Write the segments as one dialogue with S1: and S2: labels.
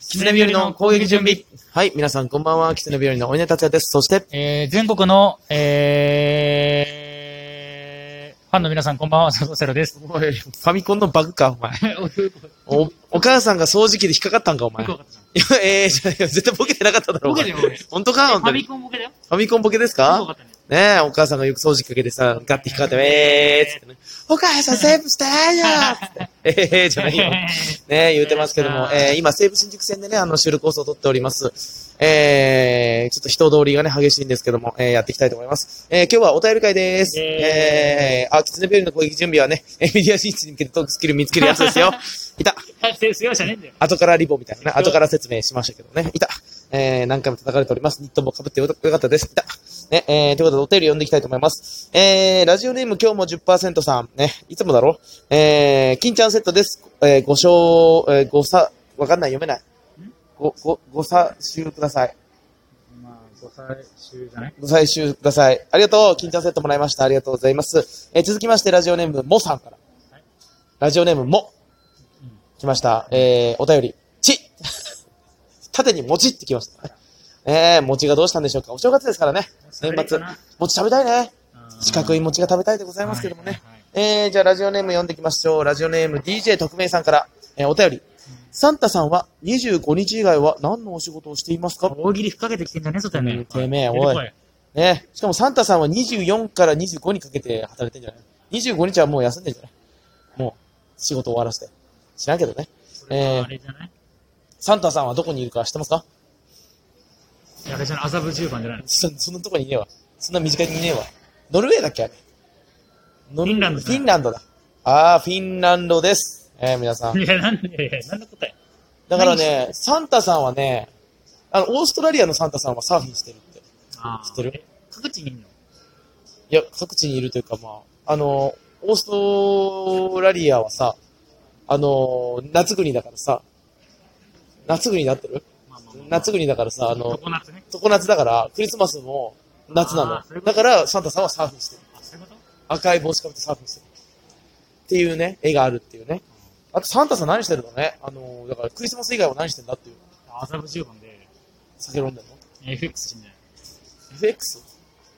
S1: 狐日和の攻撃準備。
S2: はい、皆さんこんばんは。キツネ日和のお稲達也です。そして、
S1: えー、全国の、えー、ファンの皆さんこんばんは、佐藤セロです。
S2: おいファミコンのバグか、お前。お、お母さんが掃除機で引っかかったんか、お前。いや、 えー、じゃあ絶対ボケてなかっただろ、お前。
S1: よ、俺。
S2: 本当か本当に
S1: コンボケだよ。
S2: ファミコンボケです
S1: すご
S2: か
S1: かったね
S2: ねえ、お母さんがよく掃除機かけてさ、ガッて引っかかって、えーっつってね。お母さんセーブしてーよーっつって。えーじゃないよ。ね、言うてますけども、えー、今、西武新宿線でね、あの、収録放送を撮っております。えー、ちょっと人通りがね、激しいんですけども、えー、やっていきたいと思います。えー、今日はお便り会です。
S1: イェーイ
S2: えー、あ、キツネベルの攻撃準備はね、えーメディア進出に向けてトークスキル見つけるやつです よ。いた。
S1: すよじゃねえんだよ。
S2: 後からリボみたいなね、後から説明しましたけどね。いた。えー、何回も叩かれております。ニットも被ってよよかったです。いた。ね、えー、ということでお便り読んでいきたいと思います。えー、ラジオネーム今日も10%さん。ね、いつもだろえー、金ちゃんセットです。えー、ご賞、えー、ごさ、わかんない、読めない。ご、ご、ごさ、集ください。
S1: まあ、ご最終じゃない
S2: ご採集ください。ありがとう。金ちゃんセットもらいました。ありがとうございます。えー、続きまして、ラジオネームもさんから。ラジオネームも。来ました。えー、お便り。ち縦にもちってきました。えー、餅がどうしたんでしょうか。お正月ですからね。年末。餅食べたいね。四角い餅が食べたいでございますけどもね。。えー、じゃあラジオネーム読んでいきましょう。ラジオネーム DJ 特命さんから、えー、お便り。サンタさんは25日以外は何のお仕事をしていますか
S1: 大喜利吹っかけてきてんじゃねえぞ、てめえ。
S2: てめえおい
S1: 出てこ
S2: ね。しかもサンタさんは24から25にかけて働いてんじゃない ?25 日はもう休んでんじゃないもう仕事終わらせて。知らんけどね。
S1: それはあれじゃない
S2: サンタさんはどこにいるか知ってますか
S1: いや、別に麻布十番じゃないの。
S2: そそんなとこにいねえわ。そんな身近にいねえわ。ノルウェーだっけあれ。ノル
S1: フィンランド
S2: フィンランドだ。あー、フィンランドです。えー、皆さん。
S1: いや、なんで、いやなんの答え
S2: だからね、サンタさんはね、あの、オーストラリアのサンタさんはサーフィンしてるって。
S1: あー
S2: 知ってる
S1: 各地にいんの
S2: いや、各地にいるというか、まあ、あの、オーストラリアはさ、あの、夏国だからさ、夏国になってる
S1: まあまあまあ
S2: 夏国だからさ、あの、
S1: 常夏ね。
S2: 常夏だから、クリスマスも夏な
S1: あーそうい
S2: の。
S1: うこと
S2: だから、サンタさんはサーフィンしてる。
S1: あ、そういうこと
S2: 赤い帽子かぶってサーフィンしてる。っていうね、絵があるっていうね。あと、サンタさん何してるのねあの、だから、クリスマス以外は何してんだっていう。
S1: 麻布十番で
S2: 酒飲んでんの
S1: FX しんじゃない
S2: ?FX?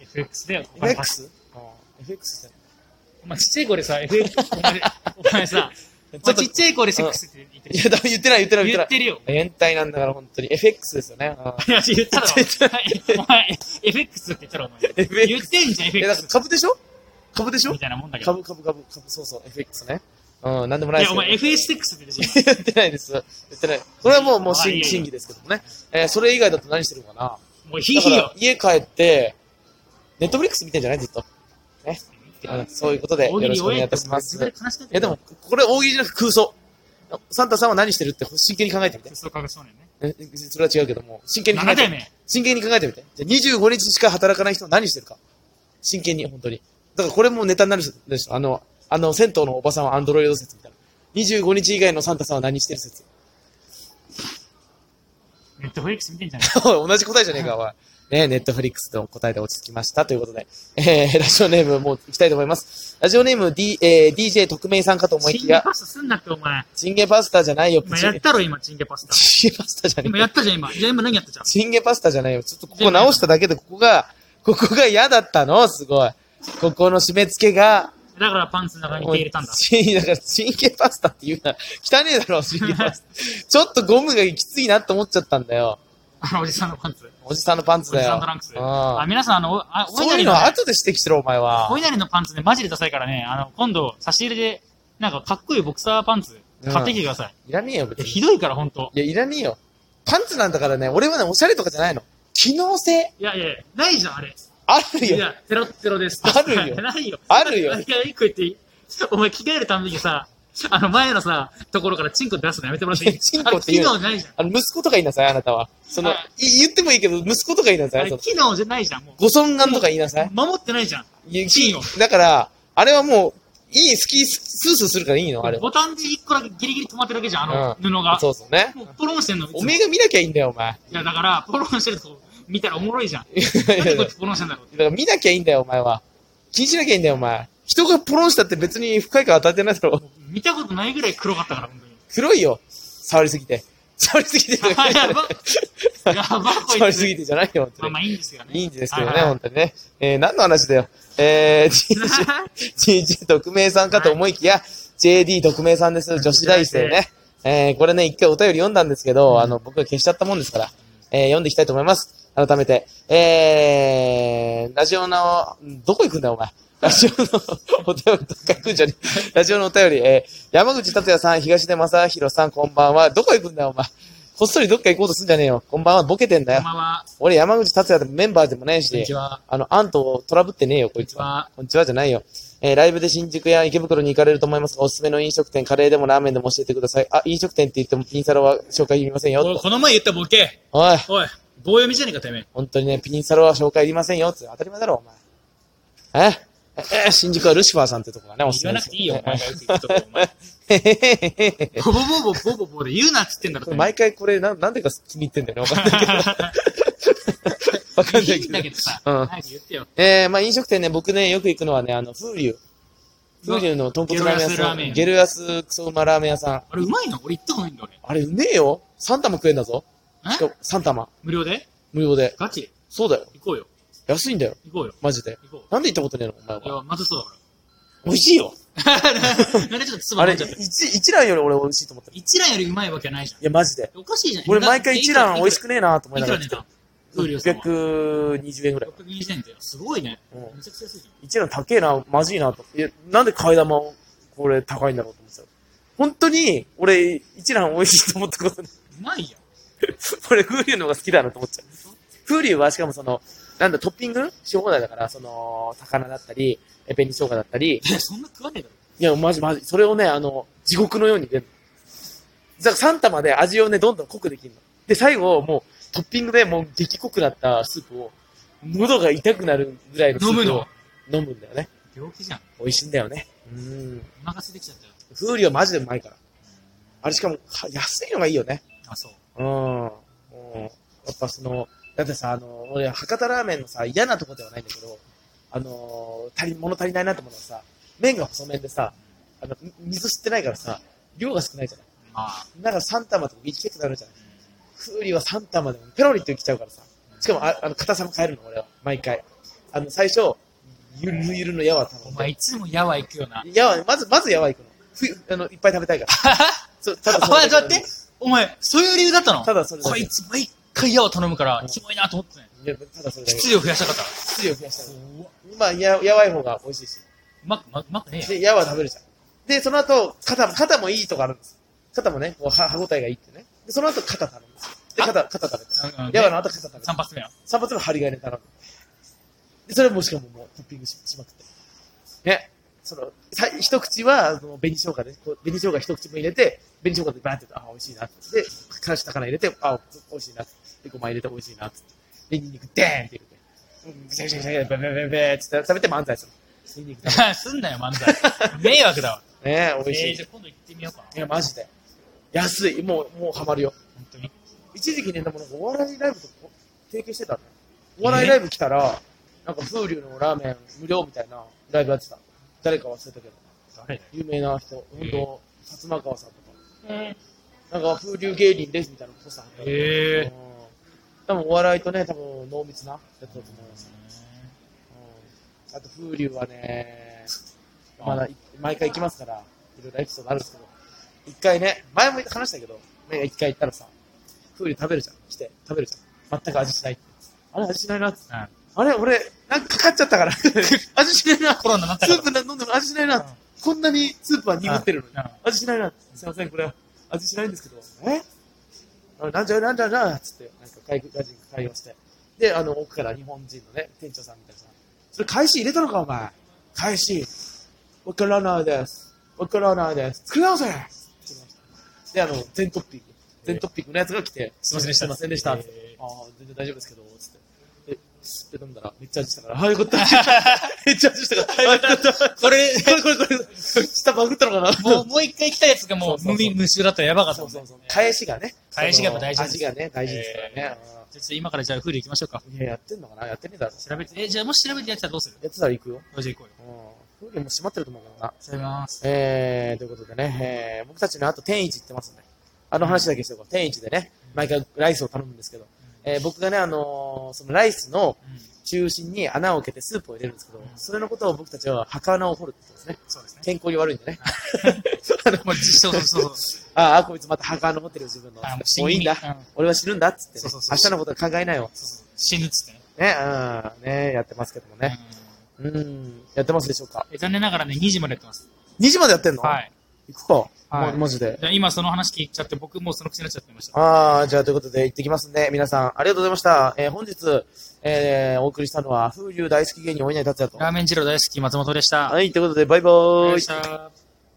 S1: FX で、お金貸す
S2: FX? あー FX って。
S1: お前ちっちゃい子でさ、FX お前 お前さ、お前ちっちゃい子でセックスって言って
S2: いや、
S1: る
S2: だ言ってない、言ってない、言
S1: 言
S2: っ
S1: っててるよ。
S2: ない。変態なんだから、本当に。FX ですよね。あー
S1: いや、言っただろ。お前、FX って言ったろ、お前。言
S2: FX。
S1: ってんじゃん、
S2: いや、だから
S1: FX。
S2: 株でしょ株でしょ
S1: みたいなもんだけど。
S2: 株、株、株、株、そうそう、FX ね。うん、なんでもないいで
S1: や、
S2: す
S1: お
S2: けど。
S1: 前 FX って言ってる じ
S2: 言ってないです。言ってない。これはもう、もう、
S1: あいい
S2: 審審
S1: よ
S2: 議ですけどもね。えー、それ以外だと何してるのかな
S1: ゃん。もうひい
S2: だか
S1: ひい
S2: ら
S1: よ。
S2: 家帰って、ネットフリックス見てんじゃないずっと。うんそういうことで、よ
S1: 大喜
S2: ろ
S1: 利
S2: しくお
S1: 終
S2: 願い
S1: え
S2: いたします。
S1: て
S2: い
S1: 悲しかったよ
S2: や、でも、、これ大喜利じゃなく空想。サンタさんは何してるって真剣に考えてみて。
S1: そうかそうね。
S2: えそれは違うけども、真剣に考
S1: 7
S2: えて
S1: だ
S2: み
S1: よ
S2: て。
S1: ね。
S2: 真剣に考えてみて。じゃあ25日しか働かない人は何してるか。真剣に、本当に。だからこれもネタになるでしょ。あの、あの、銭湯のおばさんはアンドロイド説みたいな。25日以外のサンタさんは何してる説。
S1: ネットフリックス見てんじゃん。
S2: おい同じ答えじゃねえか、おい。ねネットフリックスの答えで落ち着きました。ということで、えー、ラジオネームもう行きたいと思います。ラジオネーム、D えー、DJ 特命さんかと思い
S1: チン
S2: き
S1: ゲ
S2: や、
S1: パスタすんなって、お前。
S2: チンゲパスタじゃないよ、プ
S1: 今
S2: チ
S1: やっ。たろ、今、チンゲパスタ。
S2: チンゲパスタじゃね
S1: 今
S2: え
S1: や
S2: よ。
S1: ったじゃん、今。じゃあ今何やったじゃん。
S2: チンゲパスタじゃないよ。ちょっとここ直しただけで、ここが、ここが嫌だったのすごい。ここの締め付けが、
S1: だからパンツの中に手入れたんだ。
S2: チン、だから、チンゲパスタって言うな。汚ねえだろ、チンゲパスタ。ちょっとゴムがきついなって思っちゃったんだよ。
S1: あのおじさんのパンツ。
S2: おじさんのパンツ
S1: おじ
S2: だ
S1: さ
S2: よ。
S1: んのランクス。
S2: うん
S1: あ、皆さん、あの、おあお
S2: そう
S1: 稲
S2: いう
S1: 荷
S2: の
S1: の
S2: は
S1: ね、
S2: 後で指摘しろ、お前は
S1: お。稲荷のパンツね、マジでダサいからね、あの、今度、差し入れで、なんかかっこいいボクサーパンツ、買ってきてください。
S2: いらねえよ、別
S1: いや
S2: に。
S1: ひどいから、ほんと。
S2: いや、いらねえよ。パンツなんだからね、俺はね、おしゃれとかじゃないの。機能性、
S1: いやいや、ないじゃん、あれ。
S2: ある
S1: い
S2: よ。
S1: や、ゼロゼロです。
S2: あるよ
S1: ないよ。
S2: あるよ
S1: い。や、一個言っていいお前、着替えるためにさ、あの、前のさ、ところからチンコ出すのやめてもらってい
S2: い
S1: い
S2: や チンコって言う
S1: あれ機能ないじゃん。
S2: あの、息子とか言いなさい、あなたは。その、い
S1: あ
S2: 言ってもいいけど、息子とか言いなさ
S1: あ
S2: い。そ
S1: れ、
S2: の
S1: 機能じゃないじゃん、もう。
S2: ご尊願とか言いなさい。
S1: 守ってないじゃん。
S2: いや
S1: 金を
S2: だから、あれはもう、いい、好き、スースーするからいいの、あれは。
S1: ボタンで一個だけギリギリ止まってるだけじゃん、あの、
S2: うん
S1: 布が。
S2: そうそうね。
S1: もうポロンしてんの。いつも
S2: おめえが見なきゃいいんだよ、お 前。
S1: いや、だから、ポロンしてるとこ見たらおもろいじゃん。
S2: い
S1: なん
S2: や
S1: で
S2: い
S1: こ
S2: や
S1: いつポロンしてんだろうって。
S2: だから見なきゃいいんだよ、お前は。気にしなきゃいいんだよ、お前。人がポロンしたって別に深いから当たってないだろ。
S1: 見たことないぐらい黒かったから、本当に。
S2: 黒いよ。触りすぎて。触りすぎてる。
S1: あ やばやばこいつ
S2: 触りすぎてじゃないよ、本当
S1: まあ
S2: に
S1: まあいいんですけどね。
S2: いいんですけど
S1: は
S2: ね、
S1: いはい
S2: 本当にね。えー、何の話だよ。え ー、ち j 特命さんかと思いきや、JD 特命さんです。女子大生ね。えー、これね、一回お便り読んだんですけど、あの、僕が消しちゃったもんですから、えー、読んでいきたいと思います。改めて。えー、ラジオの、どこ行くんだよお前。ラジオのお便り、どっか行くんじゃねえラジオのお便り、えー、山口達也さん、東出正宏さん、こんばんは。どこ行くんだよお前。こっそりどっか行こうとすんじゃねえよ。こんばんは、ボケてんだ
S1: こ
S2: よ
S1: ん。ばんは。
S2: 俺、山口達也でもメンバーでもない
S1: こんに
S2: し
S1: ち、は。
S2: あの、アンとトラブってねえよ、こいつは。こんにちはじゃないよ。えーライブで新宿や池袋に行かれると思いますが、おすすめの飲食店、カレーでもラーメンでも教えてください。あ、飲食店って言ってもピンサロは紹介いりませんよ。
S3: おい
S2: と
S3: この前言ったボケ。
S2: おい、
S3: おい、棒読みじゃねえか、てめえ。
S2: 本当にね、ピンサロは紹介いりませんよ。つって当たり前だろ、お前。ええー新宿はルシファーさんってとこがね、おすす
S3: 言
S2: め
S3: わな
S2: です
S3: く
S2: よ
S3: ていいよ、お前がよく言うとこ、お前。
S2: へへへへへ
S1: ボボボボボボボで言うなっつってんだ ろ。
S2: これ毎回これ、ななんでか気に入ってんだよね。わかん ないけど。わかんない
S1: い
S2: け
S1: いん
S2: ど
S1: だ。けどさ、
S2: うん
S1: 早く言ってよ。
S2: えー、まあ飲食店ね、僕ね、よく行くのはね、あの、風流。風流の豚骨ラーメン屋
S1: ゲロ
S2: さ
S1: 安ラーメン
S2: ん。
S1: 屋
S2: ゲルヤスクソうまラーメン屋さん。
S1: あれうまいの俺行ったことないんだ俺。
S2: あれ、うめえよ。3玉食えんだぞ。しか
S1: え
S2: も3玉。
S1: 無料で
S2: 無料で。
S1: ガチ
S2: そうだよ。
S1: 行こうよ。
S2: 安いんだよ。
S1: 行こうよ。
S2: マジで。
S1: 行こ
S2: なんで行ったことねえのお前
S1: う。い
S2: は。
S1: や、まずそう
S2: 美味しいよ。
S1: だから。なんでちょっと
S2: あ
S1: 唾飲
S2: れ、
S1: んじゃった。
S2: 一、一蘭より俺美味しいと思ってる。
S1: 一蘭よりうまいわけないじゃ
S2: いや、マジで。
S1: ん。おかしいじゃん。
S2: 俺、毎回一蘭美味しくねえなと思い
S1: い
S2: な
S1: く
S2: が
S1: ら
S2: ら
S1: ね
S2: 来
S1: え
S2: て
S1: か。風流さんは。
S2: 620円ぐらい。
S1: 620円だよ。すごいね。
S2: うん
S1: めちゃくちゃ安いじゃん。
S2: 一蘭高えな、まずいなと。いや、なんで替え玉を、これ高いんだろうと思ってたよ。本当に、俺、一蘭美味しいと思ったことない。
S1: うまいやん。
S2: 俺、風流の方が好きだなと思っちゃう。風流はしかもその、なんだ、トッピングし放題だから、その、魚だったり、え、紅生姜だったり、
S1: いや、そんな食わねえだろ。
S2: いや、マジマジ。それをね、あの、地獄のように出るの。だから3玉で味をね、どんどん濃くできるの。で、最後、もう、トッピングでもう激濃くなったスープを、喉が痛くなるぐらいのスー
S1: 飲
S2: プを
S1: むの
S2: 飲むんだよね。
S1: 病気じゃん。
S2: 美味しいんだよね。うん。
S1: お腹空いてきちゃったよ。
S2: 風流はマジでうまいから。あれしかも、は安いのがいいよね。
S1: あ、そう。
S2: うん。もうやっぱその、だってさ、あの、俺、博多ラーメンのさ、嫌なとこではないんだけど、あの、足り、物足りないなと思うのはさ、麺が細麺でさ、あの、み水吸ってないからさ、量が少ないじゃない。
S1: まあ。
S2: だから3玉とか短くなるじゃない。風流は3玉でもペロリってきちゃうからさ。しかも、ああの、硬さも変えるの、俺は。毎回。あの、最初、ゆるゆるのやわ頼
S1: お
S2: ん
S1: 前
S2: で。
S1: いつもヤワ行くよな。
S2: やわ、まず、まずやわいくの。ふいあの、いっぱい食べたいから。そうただ
S1: お
S2: それ
S1: 前、
S2: だ
S1: だ
S2: け
S1: って、お前、そういう理由だったの
S2: ただそれだ
S1: こ
S2: け。
S1: い
S2: い
S1: つ毎回ヤワ頼むから、キモいなと思ってたね。
S2: やただそれだけ。
S1: 質量増やしたかった。
S2: 質量増やしたのまあ、や、やわい方が美味しいし。
S1: うまく、うまくねえ
S2: で、
S1: よ。
S2: やわ食べるじゃん。で、その後、肩も、肩もいいとこあるんですよ。肩もね、こうは歯応えがいいってね。で、その後、肩頼むんですよ。で、肩、肩食
S1: うんう
S2: べ
S1: ん
S2: て。やわの後、肩食べて。
S1: 3発目は。
S2: 散発の針金頼む。で、それもしかももうトッピングししまくって。ね。その、さ一口は、その紅生姜で、こう紅生姜一口分入れて、紅生姜でバーンって、あ、美味しいなって。で、からし高菜入れて、あ、美味しいなって。で、ごま入れて美味しいなって。で、ニンニク、でーンって入れて。うんぐちゃぐちゃぐちゃぐちゃ、べべべべって食べて漫才する。ニンニク食
S1: すんなよ、漫 才。迷惑だわ。
S2: べてね美味し
S1: えー、
S2: い。
S1: じゃあ今度行ってみようか
S2: い
S1: な。
S2: や、マジで。安い。もう、もうハマるよ。
S1: 本当に。
S2: 一時期ね、でもなんかお笑いライブとか提携してたね。お笑いライブ来たら、なんか風流のラーメン無料みたいなライブやってた。誰か忘れたけど、
S1: 誰だよ。
S2: 有名な人、本当、
S1: え
S2: 薩摩川さんとか、なんか風流芸人ですみたいなポスター貼ってある
S1: へ
S2: うん
S1: え。
S2: 多分お笑いとね、多分濃密なやつだと思います、うんあと風流はね、まだい毎回行きますから、いろいろエピソードあるんですけど、一回ね、前も話したけど、ね一回行ったらさ、風流食べるじゃん。来て、食べるじゃん。全く味しないって。あれ味しないなって。
S1: うん
S2: あれ俺、なんかかかっちゃったから。味しないな。
S1: コロナにな った
S2: ス
S1: か
S2: ープな飲んでも味しないな、
S1: うん
S2: こんなにスープは濁ってるのに、
S1: うんうん
S2: 味しないな。すいません、これは味しないんですけど。えあなんじゃなんじゃなんじゃつって、なんか外国人が対応して。で、あの、奥から日本人のね、店長さんみたいなさ。それ、返し入れたのか、お前。返し。わからないです。わからないです。作り直せって言いましたで、あの、全トッピング。全トッピングのやつが来て、
S1: すいませんでした
S2: すいませんでした。つって
S1: へ
S2: ああ、全然大丈夫ですけど、つって。で、スッて飲んだら、めっちゃ味したから、ああ、よか った。めっちゃ味したから、ああ、よかった。
S1: これ、
S2: これこれこれ、下バグったのかな
S1: もう、もう一回来たやつが
S2: そ
S1: も
S2: う
S1: う、
S2: そう
S1: 無
S2: そう
S1: 味無臭だったらやばかった
S2: そ
S1: も
S2: うんそ
S1: ね。
S2: うそう。返しがね。
S1: 返しがやっぱ大事です
S2: 味がね、大事ですからね。
S1: じゃあちょっと今からじゃあフール行きましょうか。
S2: うんいや、やってんのかなやってねえだろ。
S1: 調べて、え、じゃあもし調べてやってたらどうする
S2: やってたら行くよ。
S1: ロジ行こうよ。
S2: うん。風流も閉まってると思うからな。
S1: 調べます。
S2: えー、ということでね、えー、僕たちのあと天一行ってますね。あの話だけしておこう。天一でね、毎回ライスを頼むんですけど、えー僕がね、あのーそのライスの中心に穴を開けてスープを入れるんですけど、それのことを僕たちは墓穴を掘るって言ってますね。
S1: そうですね。
S2: 健康に悪いんで ね。
S1: もう実証、そうそうそう。
S2: ああ、こいつまた墓穴掘ってるよ自分の。
S1: あ もう
S2: もういいんだ
S1: 死にうん。
S2: 俺は死ぬんだっつってね、
S1: そうそうそ
S2: 明
S1: う
S2: 日のことは考えないよ。
S1: 死ぬっつってね。
S2: ね、うん、ね、やってますけどもね。うん、やってますでしょうか。
S1: うんえ残念ながらね、2時までやってます。
S2: 2時までやってんの
S1: はい。
S2: 行くか。
S1: はい
S2: もマジで。
S1: で今その話聞いちゃって、僕もうその口になっちゃってました。
S2: ああ、じゃあということで行ってきますんで、皆さんありがとうございました。えー本日、えーお送りしたのは、風流大好き芸人お稲荷達也と。
S1: ラーメン二郎大好き松本でした。
S2: はい、ということで、バイバ
S1: お疲れ様
S2: ー
S1: で
S2: イ
S1: し。た。